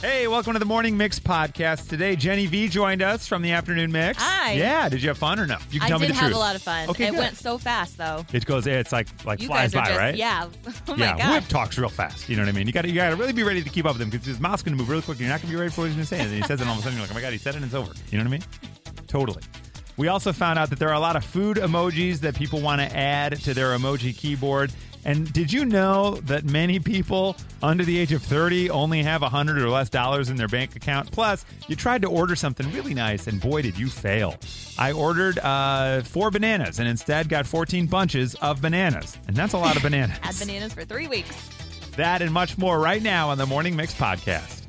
Hey, welcome to the Morning Mix podcast. Today, Jenny V joined us from the Afternoon Mix. Hi. Yeah, did you have fun or no? You can I tell did me the have truth. a lot of fun. Okay, it good. went so fast though. It goes. It's like like You flies guys are by, just right? yeah. Oh my yeah, god. Whip talks real fast. You know what I mean? You got to you got to really be ready to keep up with him because his mouth's going to move really quick. You're not going to be ready for what he's going to say, and then he says it, and all of a sudden you're like, "Oh my god, he said it, and it's over." You know what I mean? Totally. We also found out that there are a lot of food emojis that people want to add to their emoji keyboard. And did you know that many people under the age of 30 only have 100 or less dollars in their bank account? Plus, you tried to order something really nice, and boy, did you fail. I ordered uh, four bananas and instead got 14 bunches of bananas. And that's a lot of bananas. Had bananas for three weeks. That and much more right now on the Morning Mix podcast.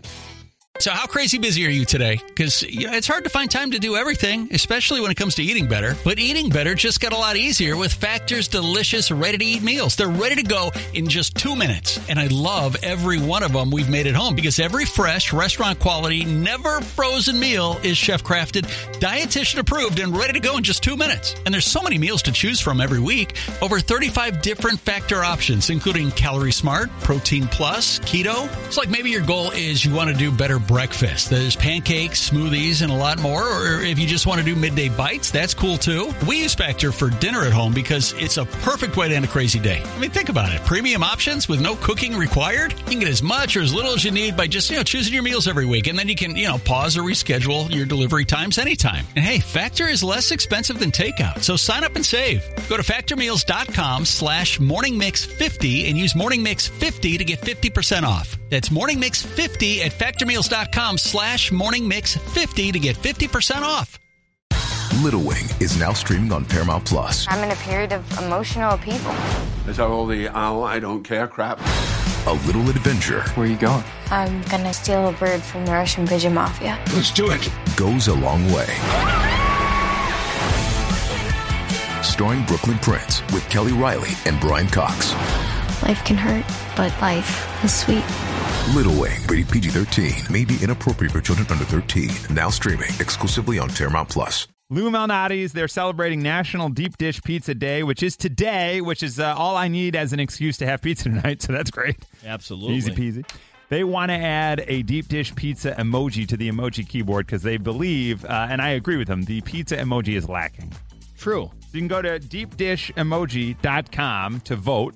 So, how crazy busy are you today? Because it's hard to find time to do everything, especially when it comes to eating better. But eating better just got a lot easier with Factor's delicious, ready to eat meals. They're ready to go in just two minutes. And I love every one of them we've made at home because every fresh, restaurant quality, never frozen meal is chef crafted, dietitian approved, and ready to go in just two minutes. And there's so many meals to choose from every week. Over 35 different Factor options, including Calorie Smart, Protein Plus, Keto. It's like maybe your goal is you want to do better breakfast. There's pancakes, smoothies, and a lot more. Or if you just want to do midday bites, that's cool too. We use Factor for dinner at home because it's a perfect way to end a crazy day. I mean, think about it. Premium options with no cooking required. You can get as much or as little as you need by just, you know, choosing your meals every week. And then you can, you know, pause or reschedule your delivery times anytime. And hey, Factor is less expensive than takeout. So sign up and save. Go to factormeals.com slash morningmix50 and use morningmix50 to get 50% off. That's morningmix50 at factormeals.com slash morningmix50 to get 50% off. Little Wing is now streaming on Paramount Plus. I'm in a period of emotional upheaval. Is that all the oh, I don't care crap? A little adventure Where are you going? I'm gonna steal a bird from the Russian pigeon mafia. Let's do it. goes a long way. Starring Brooklyn Prince with Kelly Riley and Brian Cox. Life can hurt, but life is sweet. Little Wing, rated PG 13, may be inappropriate for children under 13. Now streaming exclusively on Paramount Plus. Lou Malnati's, they're celebrating National Deep Dish Pizza Day, which is today, which is uh, all I need as an excuse to have pizza tonight. So that's great. Absolutely. Easy peasy. They want to add a deep dish pizza emoji to the emoji keyboard because they believe, uh, and I agree with them, the pizza emoji is lacking. True. You can go to deepdishemoji.com to vote.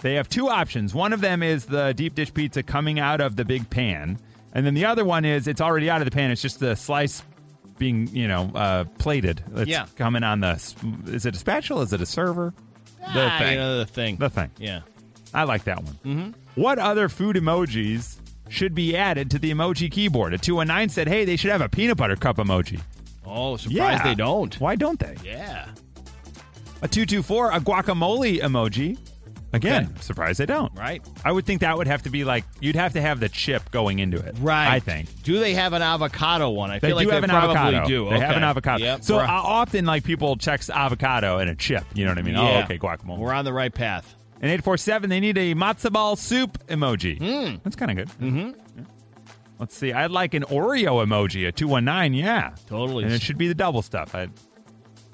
They have two options. One of them is the deep dish pizza coming out of the big pan, and then the other one is it's already out of the pan. It's just the slice being, you know, uh, plated. It's Yeah. coming on the. s- Is it a spatula? Is it a server? The Ah, thing. You know, the thing. The thing. Yeah. I like that one. Mm-hmm. What other food emojis should be added to the emoji keyboard? A two and nine said, "Hey, they should have a peanut butter cup emoji." Oh, surprised they don't. Why don't they? Yeah. A 224, a guacamole emoji. Again, surprised they don't. Right. I would think that would have to be like, you'd have to have the chip going into it. Right. I think. Do they have an avocado one? I They feel do like have they an probably avocado. do. They have Okay. an avocado. Yep. So We're- I often, like, people text avocado and a chip. You know what I mean? yeah. Oh, okay, guacamole. We're on the right path. And 847, they need a matzo ball soup emoji. Hmm. That's kind of good. Mm-hmm. Let's see. I'd like an Oreo emoji, a 219. Yeah. Totally. And it should be the double stuff. I,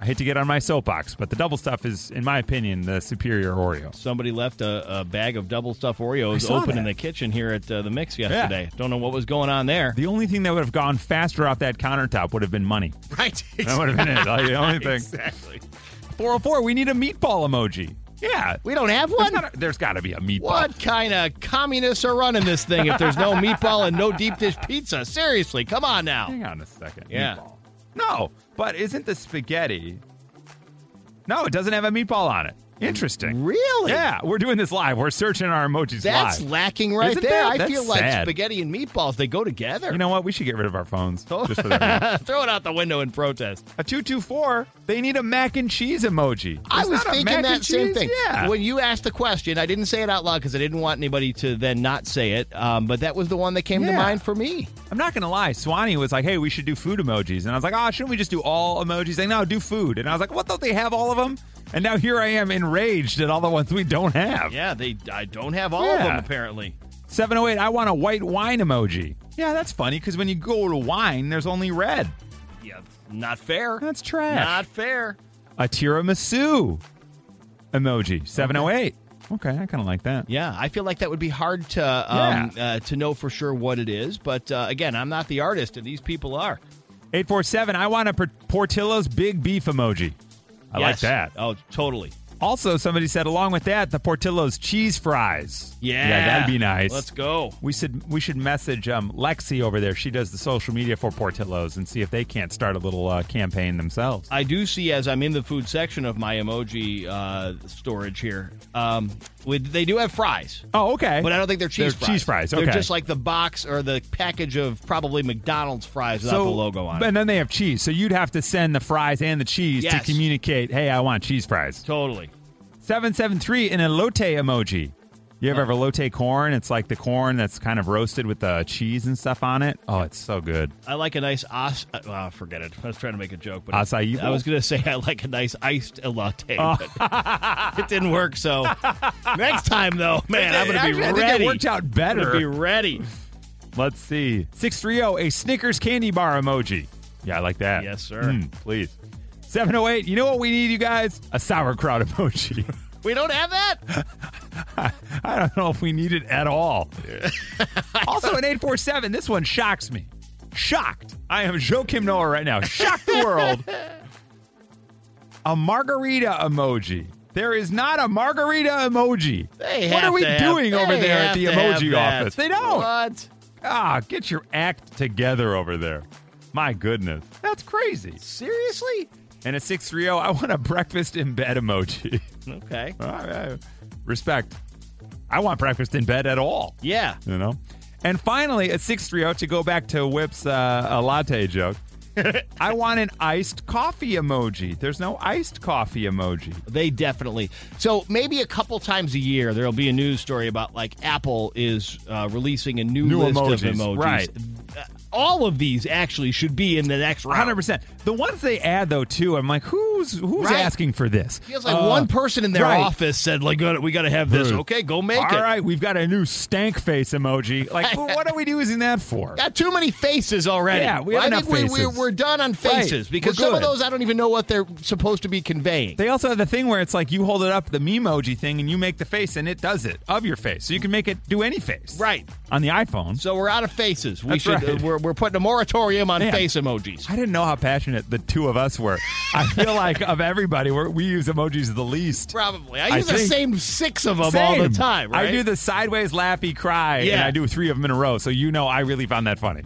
I hate to get on my soapbox, but the double stuff is, in my opinion, the superior Oreo. Somebody left a, a bag of double stuffed I Oreos saw open in that. the kitchen here at uh, the mix yesterday. Don't know what was going on there. The only thing that would have gone faster off that countertop would have been money. Right. That would have been it. Like, the only thing. exactly. 404, we need a meatball emoji. Yeah. We don't have There's one. gotta- There's got to be a meatball. What kind of communists are running this thing if there's no meatball and no deep dish pizza? Seriously, come on now. Hang on a second. Yeah. Meatball. No, but isn't the spaghetti? No, it doesn't have a meatball on it. Interesting. Really? Yeah, we're doing this live. We're searching our emojis That's live. lacking right Isn't there. that- I that's feel like sad. spaghetti and meatballs, they go together. You know what? We should get rid of our phones. Just for that. Throw it out the window in protest. a two two four. They need a mac and cheese emoji. I There's was not a thinking mac that and same cheese? thing. Yeah. When you asked the question, I didn't say it out loud because I didn't want anybody to then not say it. Um, but that was the one that came to Yeah. mind for me. I'm not gonna lie. Swanee was like, "Hey, we should do food emojis," and I was like, "Oh, shouldn't we just do all emojis?" Like, no, do food. And I was like, "What? Don't they have all of them?" And now here I am, enraged at all the ones we don't have. Yeah, they. I don't have all of them, apparently. 708, I want a white wine emoji. Yeah, that's funny because when you go to wine, there's only red. Yeah, not fair. That's trash. fair. a tiramisu emoji. 708. Okay, I kind of like that. Yeah, I feel like that would be hard to um, uh, to know for sure what it is. But uh, again, I'm not the artist, and these people are. 847, I want a Por- Portillo's big beef emoji. I like Yes. that. Oh, totally. Also, somebody said along with that, the Portillo's cheese fries. Yeah, Yeah, that'd be nice. Let's go. We should we should message um, Lexi over there. She does the social media for Portillo's and see if they can't start a little uh, campaign themselves. I do see as I'm in the food section of my emoji uh, storage here. Um, with they do have fries, Oh, okay. but I don't think they're cheese They're fries. cheese fries, okay. They're just like the box or the package of probably McDonald's fries without the logo on it. And then they have cheese, so you'd have to send the fries and the cheese Yes. to communicate. Hey, I want cheese fries. Totally. Seven seven three an elote emoji. You ever have a elote corn? It's like the corn that's kind of roasted with the cheese and stuff on it. Oh, it's so good. I like a nice os. Uh, well, forget it. I was trying to make a joke, but Acai I was going to say I like a nice iced latte, but Oh. it didn't work. So next time, though, man, I'm going to Actually, be I think ready. it worked out better. I'm gonna be ready. Let's see. 630, a Snickers candy bar emoji. Yeah, I like that. Yes, sir. Mm, please. 708, you know what we need, you guys? A sauerkraut emoji. We don't have that. I don't know if we need it at all. also, an 847, this one shocks me. Shocked. I am Joakim Noah right now. Shocked the world. a margarita emoji. There is not a margarita emoji. They what are have we to have- doing over they there at have the to have emoji that. office? They don't. What? Ah, get your act together over there. My goodness. That's crazy. Seriously? And a 630, oh, I want a breakfast in bed emoji. Okay. All right. Respect. I want breakfast in bed at all, Yeah. you know? And finally, a 630, oh, to go back to Whip's uh, a latte joke, I want an iced coffee emoji. There's no iced coffee emoji. They definitely. So maybe a couple times a year there'll be a news story about like Apple is uh, releasing a new, New list emojis, of emojis. right. Uh, All of these actually should be in the next round. Hundred percent. The ones they add though too, I'm like, who's who's Right. asking for this? Feels like Uh, one person in their right. office said, "Like, gotta- we got to have this." Dude. Okay, go make All it. right, we've got a new stank face emoji. Like, wh- what are we using that for? Got too many faces already. Yeah, we have I enough think We, faces. we're, we're done on faces Right. because We're some of good. those I don't even know what they're supposed to be conveying. They also have the thing where it's like you hold it up, the memoji thing, and you make the face, and it does it of your face. So you can make it do any face. Right. On the iPhone. so we're out of faces. We That's should. right. Uh, we're, we're putting a moratorium on Man. face emojis. I didn't know how passionate the two of us were. I feel like of everybody, we're, we use emojis the least. Probably. I I use the think- same six of them all the Same. time. Right? I do the sideways laughy cry, and Yeah. I do three of them in a row. So you know I really found that funny.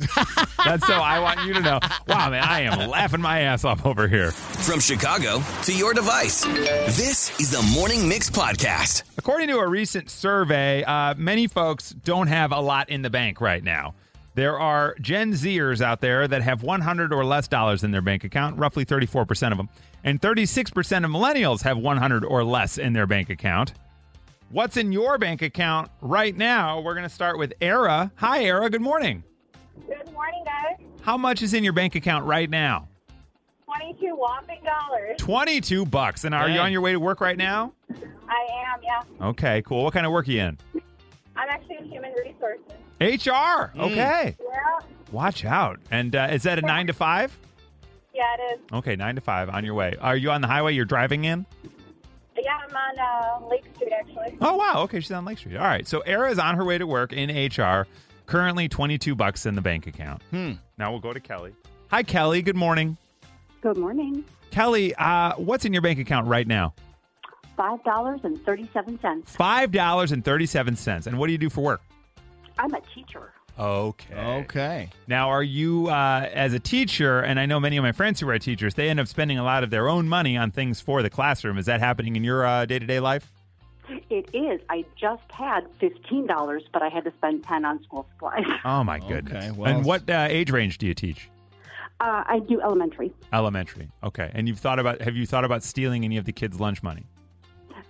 That's so I want you to know. Wow, man, I am laughing my ass off over here. From Chicago to your device, this is the Morning Mix Podcast. According to a recent survey, uh, many folks don't have a lot in the bank right now. There are Gen Zers out there that have 100 or less dollars in their bank account, roughly 34% of them, and 36% of millennials have 100 or less in their bank account. What's in your bank account right now? We're going to start with Era. Hi, Era. Good morning. Good morning, guys. How much is in your bank account right now? 22 whopping dollars. 22 bucks. And are you Dang. on your way to work right now? I am, yeah. Okay, cool. What kind of work are you in? I'm actually in human resources. HR. Okay. Yeah. Watch out. And uh, is that a nine to five? Yeah, it is. Okay, nine to five on your way. Are you on the highway you're driving in? Yeah, I'm on uh, Lake Street, actually. Oh, wow. Okay, she's on Lake Street. All right. So Era is on her way to work in HR, currently 22 bucks in the bank account. Hmm. Now we'll go to Kelly. Hi, Kelly. Good morning. Good morning. Kelly, uh, what's in your bank account right now? Five dollars and thirty-seven cents. $5.37. And what do you do for work? I'm a teacher. Okay. Okay. Now, are you, uh, as a teacher, and I know many of my friends who are teachers, they end up spending a lot of their own money on things for the classroom. Is that happening in your uh, day-to-day life? It is. I just had fifteen dollars, but I had to spend ten on school supplies. Uh, Oh my Okay, goodness! well- and what uh, age range do you teach? Uh, I do elementary. Elementary. Okay. And you've thought about have you thought about stealing any of the kids' lunch money?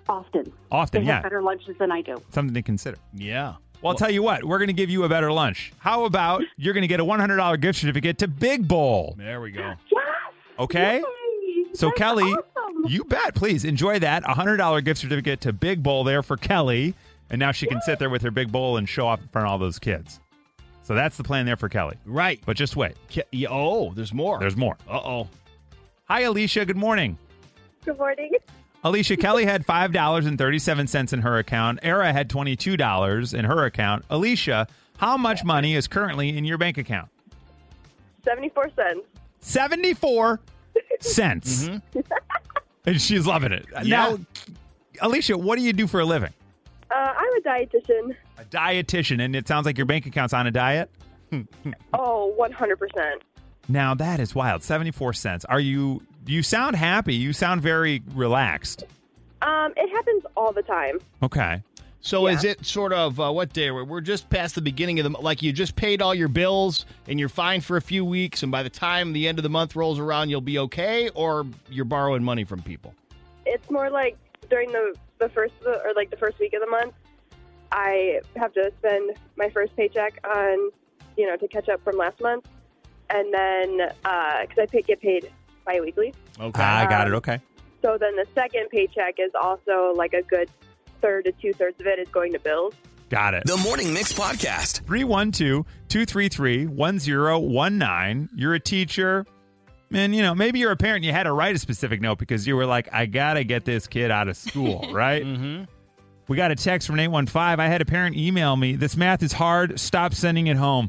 Often. Often, they yeah. have better lunches than I do. Something to consider. Yeah. Well, I'll tell you what. We're going to give you a better lunch. How about you're going to get a $100 gift certificate to Big Bowl? There we go. Yes. Okay. Yay! So That's Kelly, awesome. you bet. Please enjoy that A $100 gift certificate to Big Bowl there for Kelly, and now she can sit there with her big bowl and show off in front of all those kids. So that's the plan there for Kelly. Right. But just wait. Ke- yeah, oh, there's more. There's more. Uh oh. Hi Alicia, good morning. Good morning. Alicia Kelly had five dollars and thirty-seven cents in her account. Era had twenty-two dollars in her account. Alicia, how much money is currently in your bank account? 74 cents. 74 cents. And she's loving it. Now, Alicia, what do you do for a living? Uh, I'm a dietitian. A dietitian, and it sounds like your bank account's on a diet. Oh, 100%. now that is wild. Seventy-four cents. Are you? You sound happy. You sound very relaxed. Um, it happens all the time. Okay. So is it sort of uh, what day? We're, we're just past the beginning of the month. Like you just paid all your bills and you're fine for a few weeks, and by the time the end of the month rolls around, you'll be okay, or you're borrowing money from people. It's more like during the, the first of the, or like the first week of the month, I have to spend my first paycheck on, you know, to catch up from last month. And then, because I pay, get paid biweekly. Okay. Ah, I got it. Okay. So then the second paycheck is also like a good third to two thirds of it is going to bills. Got it. The Morning Mix Podcast. 312 233 1019. You're a teacher. And, you know, maybe you're a parent and you had to write a specific note because you were like, I got to get this kid out of school, right? mm-hmm. We got a text from 815. I had a parent email me, This math is hard. Stop sending it home.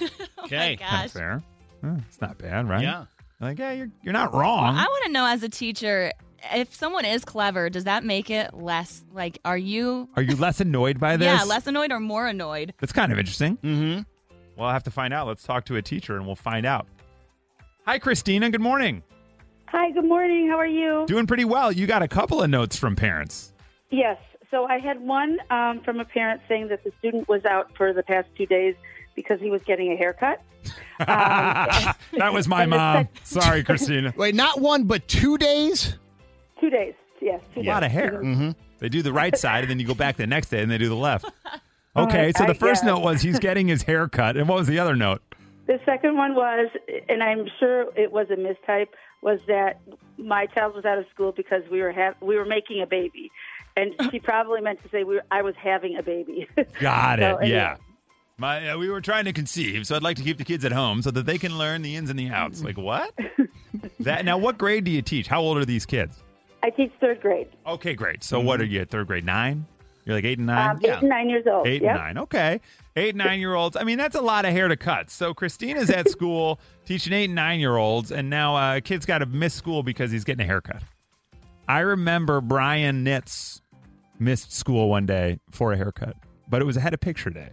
Oh Okay. Not fair. Huh, It's not bad, right? Yeah. Like, yeah, you're, you're not wrong. I want to know as a teacher if someone is clever, does that make it less like, are you, Are you less annoyed by this? yeah, less annoyed or more annoyed? That's kind of interesting. Mm-hmm. Well, I'll have to find out. Let's talk to a teacher and we'll find out. Hi, Christina. Good morning. Hi, good morning. How are you? Doing pretty well. You got a couple of notes from parents. Yes. So I had one um, from a parent saying that the student was out for the past two days because he was getting a haircut. that was my mom. Sorry, Christina. Wait, not one, but two days? Two days. Yes. Two A days. lot of hair. Mm-hmm. They do the right side, and then you go back the next day, and they do the left. Okay, so I the first guess. note was he's getting his hair cut, and what was the other note? The second one was, and I'm sure it was a mistype, was that my child was out of school because we were ha- we were making a baby, and she probably meant to say we were, I was having a baby. Got So, it. anyway. Yeah. My, uh, we were trying to conceive, so I'd like to keep the kids at home so that they can learn the ins and the outs. Like what? that now, what grade do you teach? How old are these kids? I teach third grade. Okay, great. So what are you? Third grade, nine? You're like eight and nine. Um, Eight and nine years old. Eight Yep. and nine. Okay. Eight and nine year olds. I mean, that's a lot of hair to cut. So Christina's at school teaching eight and nine year olds, and now uh, a kid's got to miss school because he's getting a haircut. I remember Brian Nitz missed school one day for a haircut, but it was ahead of picture day.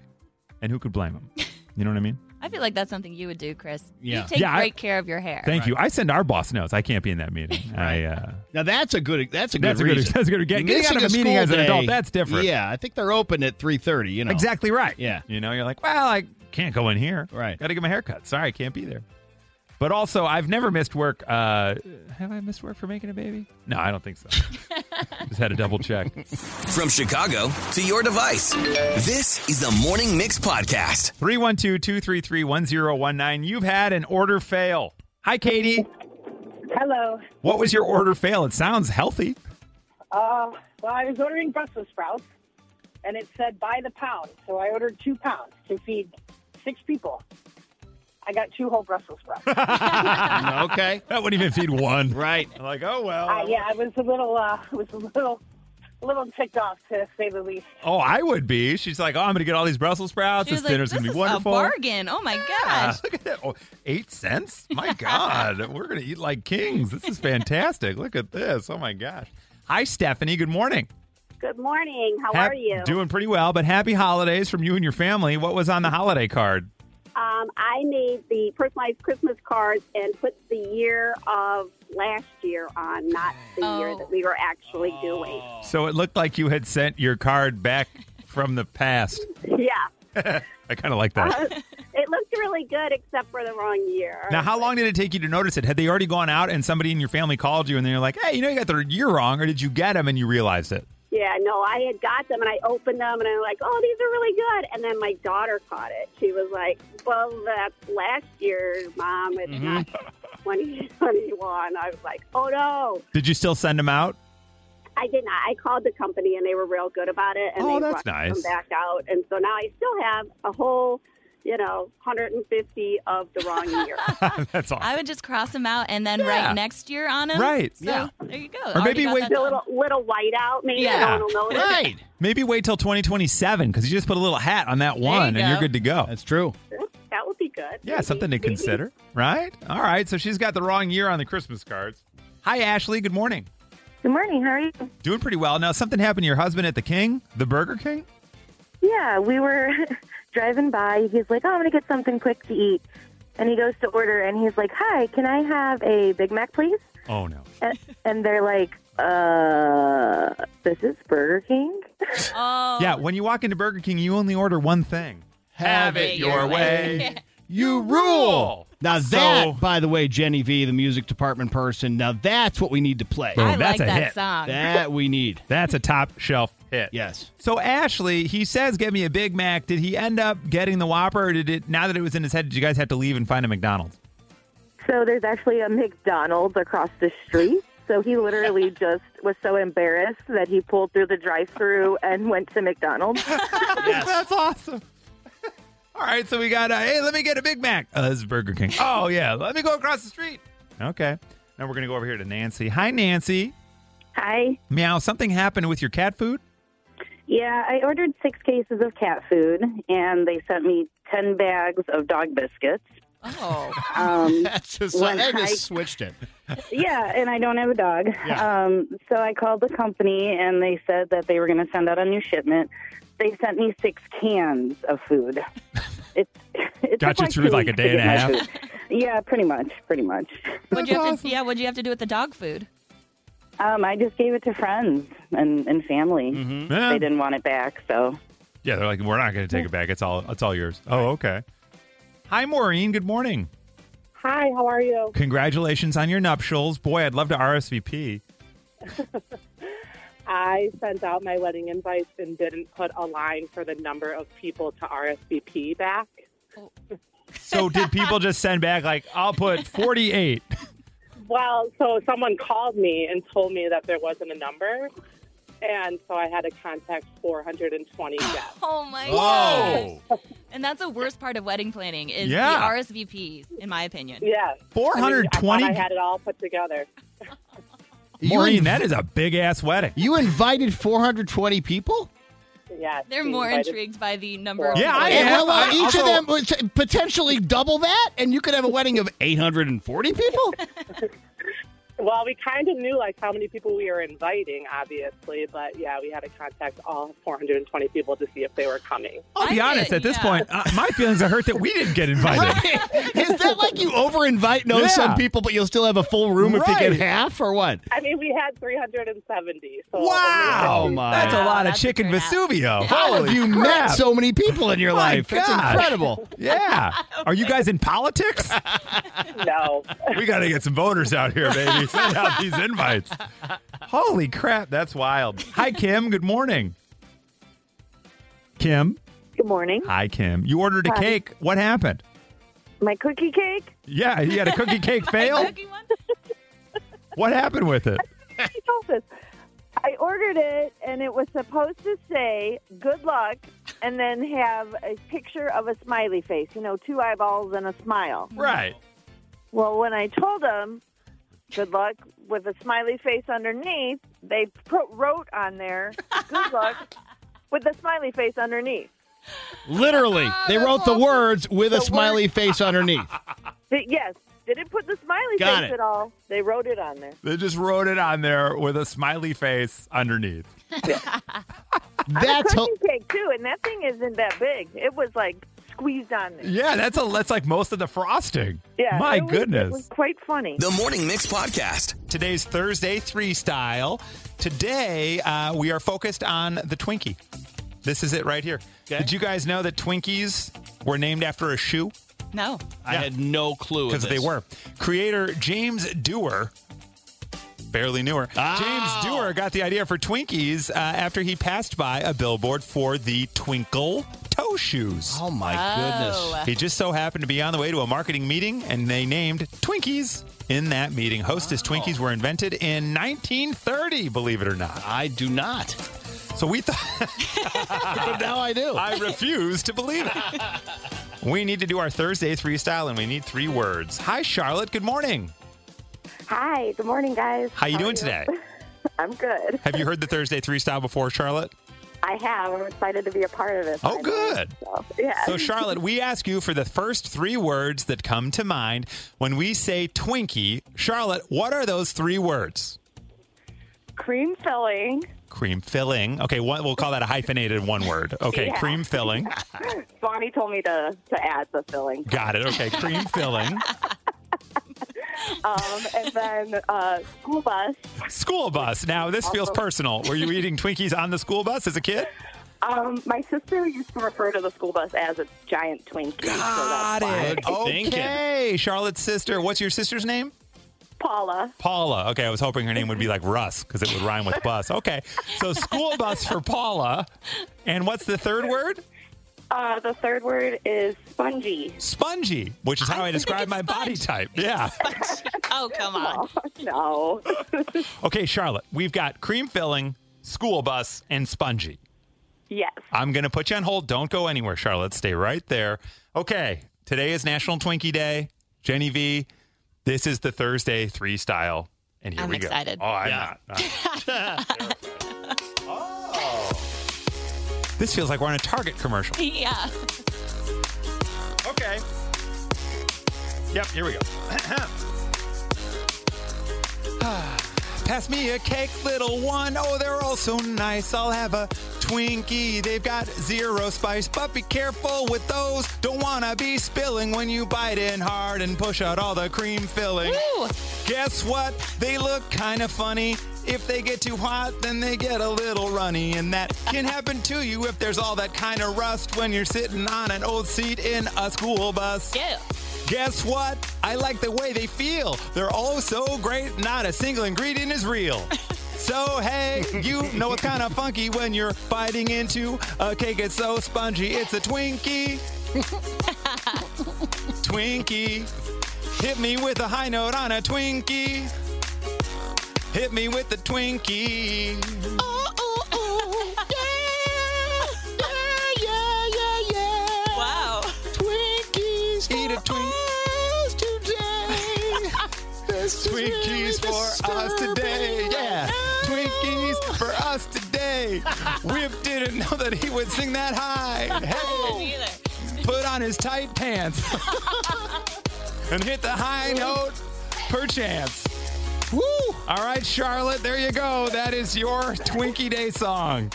And who could blame him? You know what I mean? I feel like that's something you would do, Chris. Yeah. You take Yeah, I- great care of your hair. Thank you. I send our boss notes. I can't be in that meeting. I, uh, Now that's a good. That's a good. That's a good- reason. that's a good- get- getting out Missing of a meeting school as an adult, day- that's different. Yeah, I think they're open at three thirty. You know Exactly right. Yeah. You know, you're like, well, I can't go in here. Right. Got to get my hair cut. Sorry, I can't be there. But also, I've never missed work. Uh, have I missed work for making a baby? no, I don't think so. Just had a double check. From Chicago to your device, this is the Morning Mix Podcast. 312 233 1019. You've had an order fail. Hi, Katie. Hello. What was your order fail? It sounds healthy. Uh, well, I was ordering Brussels sprouts, and it said by the pound. So I ordered two pounds to feed six people. I got two whole Brussels sprouts. okay. That wouldn't even feed one. Right. Like, oh, well. Uh, yeah, I was a little, uh, I was a little, a little ticked off to say the least. Oh, I would be. She's like, oh, I'm going to get all these Brussels sprouts. She was this like, dinner's this going to is be wonderful. a bargain. Oh my Yeah, gosh. look at that. Oh, eight cents? My God. We're going to eat like kings. This is fantastic. look at this. Oh, my gosh. Hi, Stephanie. Good morning. Good morning. How Hap- are you? Doing pretty well, but happy holidays from you and your family. What was on the holiday card? um, I made the personalized Christmas cards and put the year of last year on, not the year that we were actually doing. So it looked like you had sent your card back from the past. Yeah. I kind of like that. Uh, it looked really good except for the wrong year. Now, how long did it take you to notice it? Had they already gone out and somebody in your family called you and then you're like, hey, you know, you got the year wrong, or did you get them and you realized it? Yeah, no, I had got them and I opened them and I'm like, oh, these are really good. And then my daughter caught it. She was like, well, that's last year, Mom. It's Mm-hmm. not 2021. I was like, oh, no. Did you still send them out? I did not. I called the company and they were real good about it. And Oh, they that's brought nice. them back out. And so now I still have a whole you know, 150 of the wrong year. That's awesome. I would just cross them out and then Yeah. write next year on them. Right, So yeah. There you go. Or maybe Already got wait- that a done. little little white out, maybe. Yeah. I don't know. Maybe wait till 2027 because you just put a little hat on that one you and you're go. good to go. That's true. That would be good. Yeah, something to consider, right? All right. So she's got the wrong year on the Christmas cards. Hi, Ashley. Good morning. Good morning. How are you? Doing pretty well. Now, something happened to your husband at the King, the Burger King? Yeah, we were driving by. He's like, "Oh, I'm gonna get something quick to eat," and he goes to order, and he's like, "Hi, can I have a Big Mac, please?" Oh, no. And, and they're like, "Uh, this is Burger King." Oh. Yeah, when you walk into Burger King, you only order one thing. Have it your way. You rule. Now that, by the way, Jenny V, the music department person. Now that's what we need to play. Boom, I that's like a that hit. song. That we need. That's a top shelf hit. Yes. So Ashley, he says, "Get me a Big Mac." Did he end up getting the Whopper, or did it? Now that it was in his head, did you guys have to leave and find a McDonald's? So there's actually a McDonald's across the street. So he literally just was so embarrassed that he pulled through the drive-through and went to McDonald's. That's awesome. All right, so we got. Uh, hey, let me get a Big Mac. Uh, this is Burger King. Oh yeah, let me go across the street. Okay. Now we're gonna go over here to Nancy. Hi, Nancy. Hi. Meow. Something happened with your cat food. Yeah, I ordered six cases of cat food, and they sent me ten bags of dog biscuits. Oh, um, that's just, when I just I- switched it. yeah, and I don't have a dog. Um, so I called the company, and they said that they were going to send out a new shipment. They sent me six cans of food. It, it Got took you like through two like a weeks to day and get a my half. food. Yeah, pretty much, pretty much. What'd you have to, yeah, what'd you have to do with the dog food? Um, I just gave it to friends and, and family. Yeah. They didn't want it back, so Yeah, they're like, we're not gonna take it back. It's all. It's all yours. Oh, okay. Hi, Maureen. Good morning. Hi, how are you? Congratulations on your nuptials. Boy, I'd love to RSVP. I sent out my wedding invites and didn't put a line for the number of people to RSVP back. So, did people just send back, like, I'll put 48? Well, so someone called me and told me that there wasn't a number. And so I had to contact 420 guests. Oh my Whoa. gosh. And that's the worst part of wedding planning is Yeah. the RSVPs, in my opinion. Yeah. I, 420? mean, I thought I had it all put together. Maureen, inv- that is a big ass wedding. You invited 420 people? Yeah. They're she more invited- intrigued by the number of Yeah, I people. am. each of them was potentially double that, and you could have a wedding of 840 people? Well, we kind of knew like how many people we were inviting, obviously, but yeah, we had to contact all 420 people to see if they were coming. I'll be honest, at this point, uh, my feelings are hurt that we didn't get invited. Is that like you over invite know Yeah. some people, but you'll still have a full room if you Right. get half or what? I mean, we had 370. Oh, So Oh, Wow, my. That's a lot of chicken Vesuvio. How have Holy crap. you Oh, met so many people in your My life? That's gosh. incredible. Yeah. Are you guys in politics? no. We got to get some voters out here, baby. Send out these invites. Holy crap, that's wild. Hi, Kim. Good morning. Kim. Good morning. Hi, Kim. You ordered a Hi. cake. What happened? My cookie cake. Yeah, you had a cookie cake fail. What happened with it? He told us. I ordered it, and it was supposed to say "Good luck," and then have a picture of a smiley face. You know, two eyeballs and a smile. Right. Well, when I told them "Good luck" with a smiley face underneath, they pro- wrote on there "Good luck" with a smiley face underneath. Literally, they wrote the words with a smiley face underneath. But yes, they didn't put the smiley Got face it. at all. They wrote it on there. They just wrote it on there with a smiley face underneath. That's cookie cake too, and that thing isn't that big. It was like squeezed on there. Yeah, that's a that's like most of the frosting. Yeah, My it was- goodness. it was quite funny. The Morning Mix Podcast. Today's Thursday Three Style. Today, uh, we are focused on the Twinkie. This is it right here. Did you guys know that Twinkies were named after a shoe? No. I had no clue of Because they this. were. Creator James Dewar, barely knew her. James Dewar got the idea for Twinkies uh, after he passed by a billboard for the Twinkle Toe Shoes. Oh, my Oh. goodness. He just so happened to be on the way to a marketing meeting, and they named Twinkies in that meeting. Hostess Twinkies were invented in 1930, believe it or not. I do not. So we thought. now I do. I refuse to believe it. We need to do our Thursdays freestyle, and we need three words. Hi, Charlotte. Good morning. Hi, good morning, guys. How you doing today? I'm good. Have you heard the Thursday freestyle before, Charlotte? I have. I'm excited to be a part of this. Oh, good. Yeah. So, Charlotte, we ask you for the first three words that come to mind when we say Twinkie. Charlotte, what are those three words? Cream filling. Cream filling. Okay, one, we'll call that a hyphenated one word. Okay, Yeah. cream filling. Bonnie told me to, to add the filling. Got it. Okay, cream filling. Um, and then uh, school bus. School bus. Now, this feels Also- personal. Were you eating Twinkies on the school bus as a kid? Um, my sister used to refer to the school bus as a giant Twinkie. Got it. thinking. Okay, Charlotte's sister. What's your sister's name? Paula. Paula. Okay, I was hoping her name would be like Russ because it would rhyme with bus. Okay, so school bus for Paula. And what's the third word? Uh, the third word is spongy. Spongy, which is how I, describe my body type. Yeah. Oh, come on. No. Okay, Charlotte, we've got cream filling, school bus, and spongy. Yes. I'm going to put you on hold. Don't go anywhere, Charlotte. Stay right there. Okay, today is National Twinkie Day. Jenny V, this is the Thursday three style. And here I'm we excited. go. Oh, I'm Yeah. not. This feels like we're on a Target commercial. yeah. Okay. Yep, here we go. Pass me a cake, little one. Oh, they're all so nice. I'll have a Twinkie. They've got zero spice, but be careful with those. Don't want to be spilling when you bite in hard and push out all the cream filling. Guess what? They look kind of funny. If they get too hot, then they get a little runny, and that can happen to you if there's all that kind of rust when you're sitting on an old seat in a school bus. Yeah. Guess what? I like the way they feel. They're all so great, not a single ingredient is real. So, hey, you know it's kind of funky when you're biting into a cake. It's so spongy. It's a Twinkie. Twinkie. Hit me with a high note on a Twinkie. Hit me with the Twinkie. Oh, oh, oh. Yeah. Yeah, yeah, yeah, yeah. Wow. Twinkies. Eat a Twinkie. today. Twinkies for us today. Yeah. Twinkies for us today. Whip didn't know that he would sing that high. Hey. Put on his tight pants and hit the high note perchance. Woo! All right, Charlotte, there you go. That is your Twinkie Day song.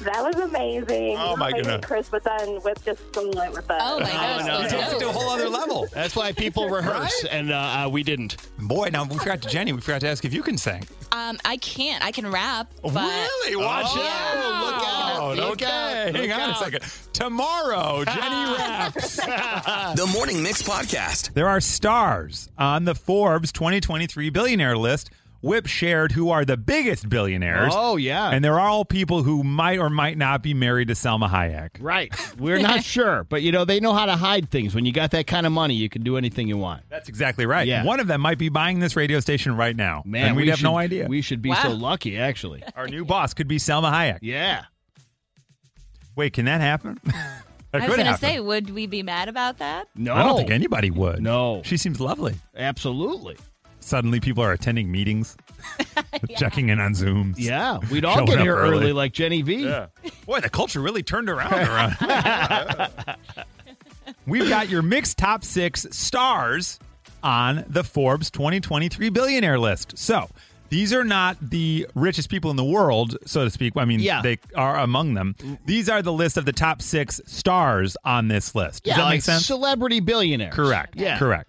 That was amazing. Oh, my Thank you, goodness. Chris, but then with just sunlight with us. Oh, my You took it to a whole other level. That's why people rehearse, and uh, uh, we didn't. Boy, now we forgot to Jenny. We forgot to ask if you can sing. Um, I can't. I can rap. But Really? Watch Oh, yeah. out. Look out. Look Okay. out. Hang Look on out. a second. Tomorrow, Jenny raps. The Morning Mix Podcast. There are stars on the Forbes 2023 billionaire list. Whip shared who are the biggest billionaires. Oh, yeah. And they're all people who might or might not be married to Selma Hayek. Right. We're not sure, but you know they know how to hide things. When you got that kind of money, you can do anything you want. That's exactly right. Yeah. One of them might be buying this radio station right now. Man, and we'd we have no should- idea. We should be so lucky, actually. Our new boss could be Selma Hayek. Yeah. Wait, can that happen? that I was could going to happen. say, would we be mad about that? No. I don't think anybody would. No. She seems lovely. Absolutely. Suddenly people are attending meetings, checking in on Zooms. Yeah, we'd all Showing get up here early. early. like Jenny V. Boy, the culture really turned around. around. We've got your mixed top six stars on the Forbes 2023 billionaire list. So these are not the richest people in the world, so to speak. I mean, Yeah. Mm. they are among them. These are the list of the top six stars on this list. Does that like make sense? Celebrity billionaire. Correct. Yeah. Correct.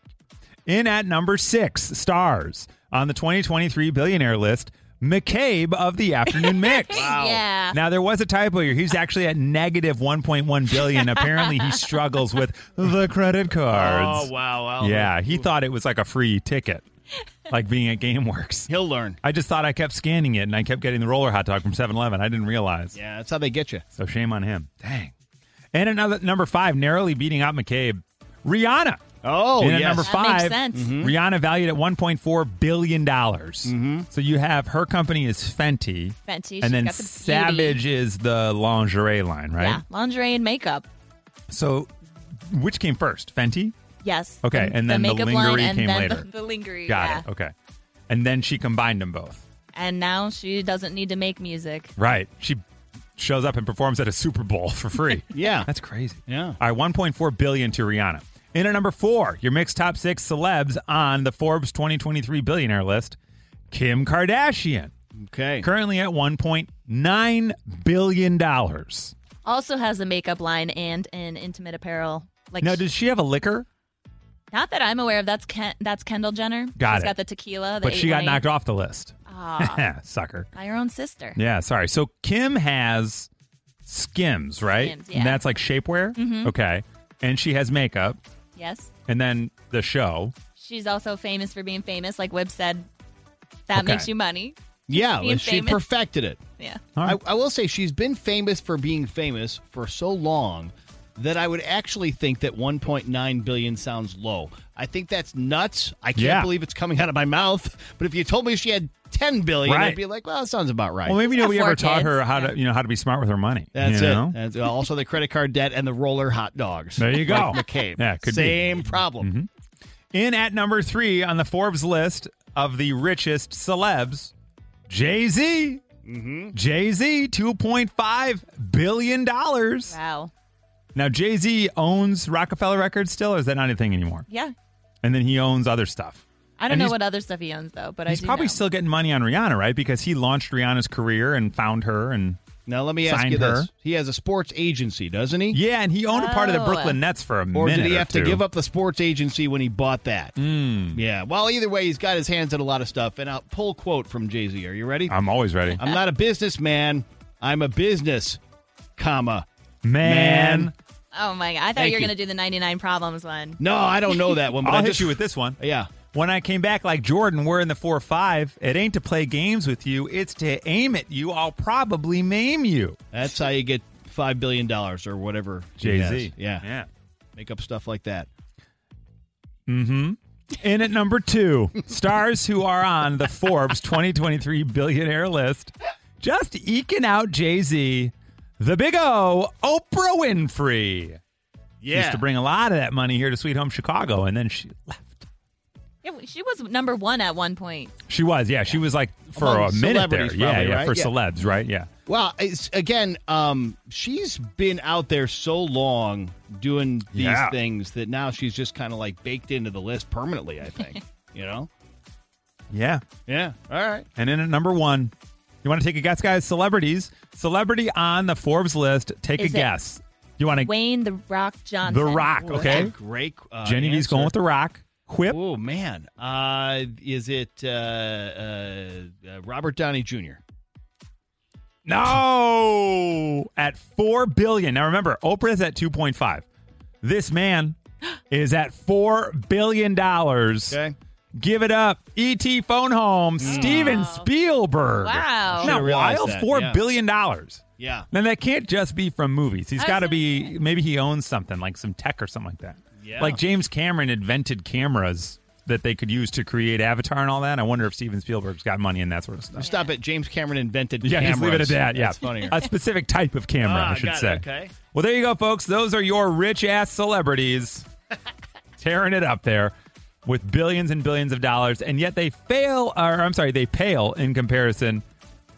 In at number six, stars on the 2023 billionaire list, McCabe of the Afternoon Mix. Wow. Yeah. Now there was a typo here. He's actually at negative 1.1 billion. Apparently, he struggles with the credit cards. Oh, wow, wow. Yeah, he thought it was like a free ticket, like being at GameWorks. He'll learn. I just thought I kept scanning it and I kept getting the roller hot dog from 7-Eleven. I didn't realize. Yeah, that's how they get you. So shame on him. Dang. And another number five, narrowly beating out McCabe, Rihanna. Oh, and at yes. number That makes five, sense. Mhm. Rihanna valued at 1.4 billion dollars. So you have her company is Fenty, Fenty, she's and then got the beauty. Savage is the lingerie line, right? Yeah. Lingerie and makeup. So Which came first, Fenty? Yes. Okay, The- and then the, makeup lingerie line and came then later. The, the lingerie. Got yeah. it. Okay, and then she combined them both. And now she doesn't need to make music. Right. She shows up and performs at a Super Bowl for free. yeah. That's crazy. Yeah. All right, 1.4 billion to Rihanna. In at number four, your mixed top six celebs on the Forbes 2023 billionaire list, Kim Kardashian. Okay. Currently at $1.9 billion. Also has a makeup line and an intimate apparel. Like now, does she have a liquor? not that I'm aware of. That's Ken, that's Kendall Jenner. Got She's it. got the tequila. Oh, The but she got 818. knocked off the list. Aw. Sucker. by her own sister. Yeah, sorry. So Kim has Skims, right? Skims, yeah. And that's like shapewear? Mhm. Okay. And she has makeup. Yes. And then the show. She's also famous for being famous. Like Webb said, that Okay. makes you money. Yeah, Being she famous. perfected it. Yeah. I, I will say she's been famous for being famous for so long that I would actually think that 1.9 billion sounds low. I think that's nuts. I can't Yeah. believe it's coming out of my mouth. But if you told me she had 10 billion, Right. I'd be like, well, that sounds about right. Well, maybe nobody ever taught her how to, you know, how to be smart with her money. That's you it. know? That's- also, the credit card debt and the roller hot dogs. There you go. Like McCabe. Yeah, could be. Mm-hmm. Same problem. In at number three on the Forbes list of the richest celebs, Jay Z. Mm-hmm. Jay Z, two point five billion dollars. Wow. Now Jay Z owns Rockefeller Records still, or is that not a thing anymore? Yeah. And then he owns other stuff. I don't And know he's- what other stuff he owns though, but I He's do probably know. still getting money on Rihanna, right? Because he launched Rihanna's career and found her and now let me ask signed you her. this. He has a sports agency, doesn't he? Yeah, and he owned a part of the Oh. Brooklyn Nets for a minute. Or did he or have two. to give up the sports agency when he bought that? Mm. Yeah. Well, either way, he's got his hands in a lot of stuff. And I'll pull quote from Jay Z. Are you ready? I'm always ready. I'm not a businessman. I'm a business, comma Man. Oh my god! I thought Thank you were you. gonna do the 99 problems one. No, I don't know that one. But I'll I hit just you with this one. Yeah. When I came back like Jordan, we're in the four five. It ain't to play games with you; it's to aim at you. I'll probably maim you. That's how you get five billion dollars or whatever. he Jay-Z. has. Yeah. Yeah. Make up stuff like that. Mm-hmm. In at number two, stars who are on the Forbes 2023 billionaire list, just eking out Jay Z, the big O, Oprah Winfrey. She Yeah. used to bring a lot of that money here to Sweet Home Chicago, and then she Yeah, she was number one at one point. she was yeah, she was like for Among a minute there celebrities yeah probably, yeah right? for Yeah. celebs right yeah Well, it's, again, um, she's been out there so long doing these Yeah. things that now she's just kind of like baked into the list permanently. I think. you know. yeah Yeah. All right. And in at number one, you want to take a guess, guys? Celebrities. Celebrity on the Forbes list. Take Is a it guess. You want to. Wayne the Rock The Johnson. Rock, Ooh, okay? that's a great, uh, Genevieve Genevieve's going answer. with The Rock. Whip. Oh man, uh, is it uh, uh, uh, Robert Downey Jr.? No! At 4 billion. Now remember, Oprah's at 2.5. This man is at $4 billion. Okay. Give it up. E.T. Phone Home, Steven Spielberg. Mm. Wow. Now, Should've realized wild that, Four yeah. billion dollars. Yeah. Then that can't just be from movies. He's I was got to gonna be maybe he owns something like some tech or something like that. Yeah. Like James Cameron invented cameras that they could use to create Avatar and all that. I wonder if Steven Spielberg's got money and that sort of stuff. Stop it. James Cameron invented Yeah, cameras. just leave it at that. Yeah, That's funnier. a specific type of camera, Ah, I should got it. say. Okay. Well, there you go, folks. Those are your rich ass celebrities tearing it up there with billions and billions of dollars, and yet they fail. Or I'm sorry, they pale in comparison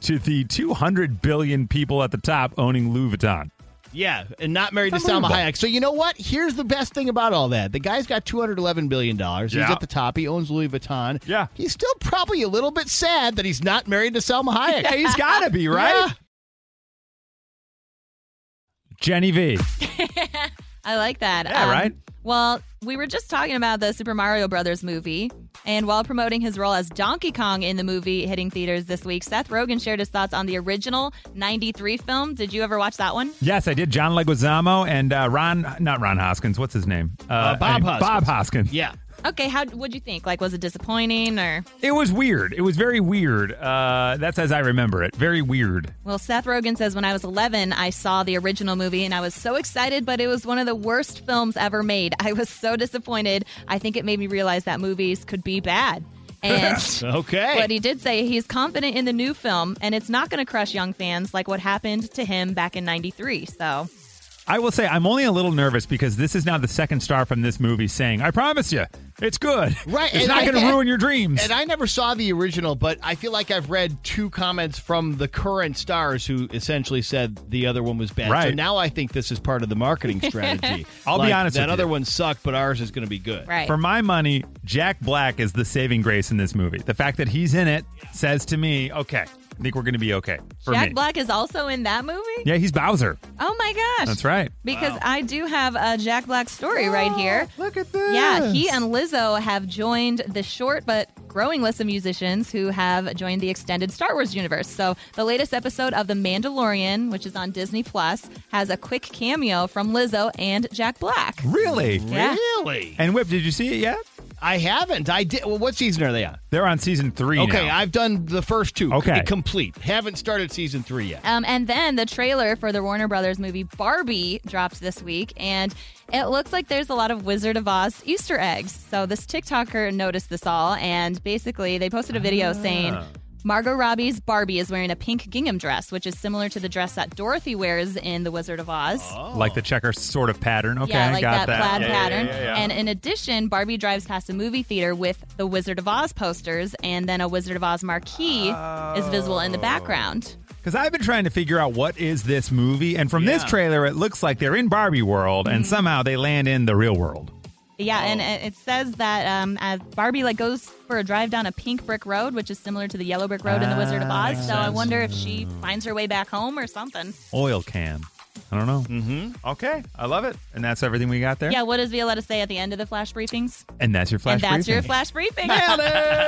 to the 200 billion people at the top owning Louis Vuitton. Yeah, and not married to Salma Unbelievable. Hayek. So you know what? Here's the best thing about all that. The guy's got two hundred eleven billion dollars. He's Yeah. at the top. He owns Louis Vuitton. Yeah. He's still probably a little bit sad that he's not married to Selma Hayek. Yeah, he's gotta be, right? Yeah. Jenny V. I like that. Um, Yeah, right? Well, we were just talking about the Super Mario Brothers movie, and while promoting his role as Donkey Kong in the movie hitting theaters this week, Seth Rogen shared his thoughts on the original '93 film. Did you ever watch that one? Yes, I did. John Leguizamo and uh, Ron, not Ron Hoskins. What's his name? Uh, Bob anyway, Bob Hoskins. Yeah. Okay, how what'd you think? Like, was it disappointing or? It was weird. It was very weird. Uh, that's as I remember it. Very weird. Well, Seth Rogen says, when I was 11, I saw the original movie and I was so excited, but it was one of the worst films ever made. I was so disappointed. I think it made me realize that movies could be bad. And. okay. But he did say he's confident in the new film, and it's not going to crush young fans like what happened to him back in '93. So I will say I'm only a little nervous because this is now the second star from this movie saying, "I promise you, it's good. Right. it's and not I- going to ruin your dreams." And I never saw the original, but I feel like I've read two comments from the current stars who essentially said the other one was bad. So Right. now I think this is part of the marketing strategy. I'll be Like, honest That with you. other one sucked, but ours is going to be good. For my money, Jack Black is the saving grace in this movie. The fact that he's in it says to me, "Okay, I think we're going to be okay." For Jack me, Black is also in that movie? yeah, he's Bowser. Oh my gosh. That's right. Because I do have a Jack Black story right here. Ah, Look at Yeah, he and Lizzo have joined the short but growing list of musicians who have joined the extended Star Wars universe. So, the latest episode of The Mandalorian, which is on Disney Plus, has a quick cameo from Lizzo and Jack Black. Really? Yeah. Really? And Whip, did you see it yet? I haven't. I did. Well, what season are they on? They're on season three. Okay, now. I've done the first two. Okay. complete. Haven't started season three yet. Um, and then the trailer for the Warner Brothers movie Barbie dropped this week, and it looks like there's a lot of Wizard of Oz Easter eggs. So this TikToker noticed this all, and basically they posted a video Ah. saying. Margot Robbie's Barbie is wearing a pink gingham dress, which is similar to the dress that Dorothy wears in The Wizard of Oz. like the checker sort of pattern. Okay, yeah, like got that, plaid Ah. Yeah, yeah, pattern. yeah, yeah, yeah. And in addition, Barbie drives past a movie theater with the Wizard of Oz posters, and then a Wizard of Oz marquee is visible in the Oh. background. Because I've been trying to figure out what is this movie, and from this Yeah. trailer, it looks like they're in Barbie world, and somehow they land in the real world. Yeah, Oh. and it it says that um, as Barbie like goes for a drive down a pink brick road, which is similar to the yellow brick road in The Wizard of Ah, Oz. So I wonder if she finds her way back home or something. Oil can. I don't know. Mm-hmm. Okay, I love it, and that's everything we got there. Yeah, what does Violetta say at the end of the flash briefings? and that's your flash. and that's your briefing. flash briefing.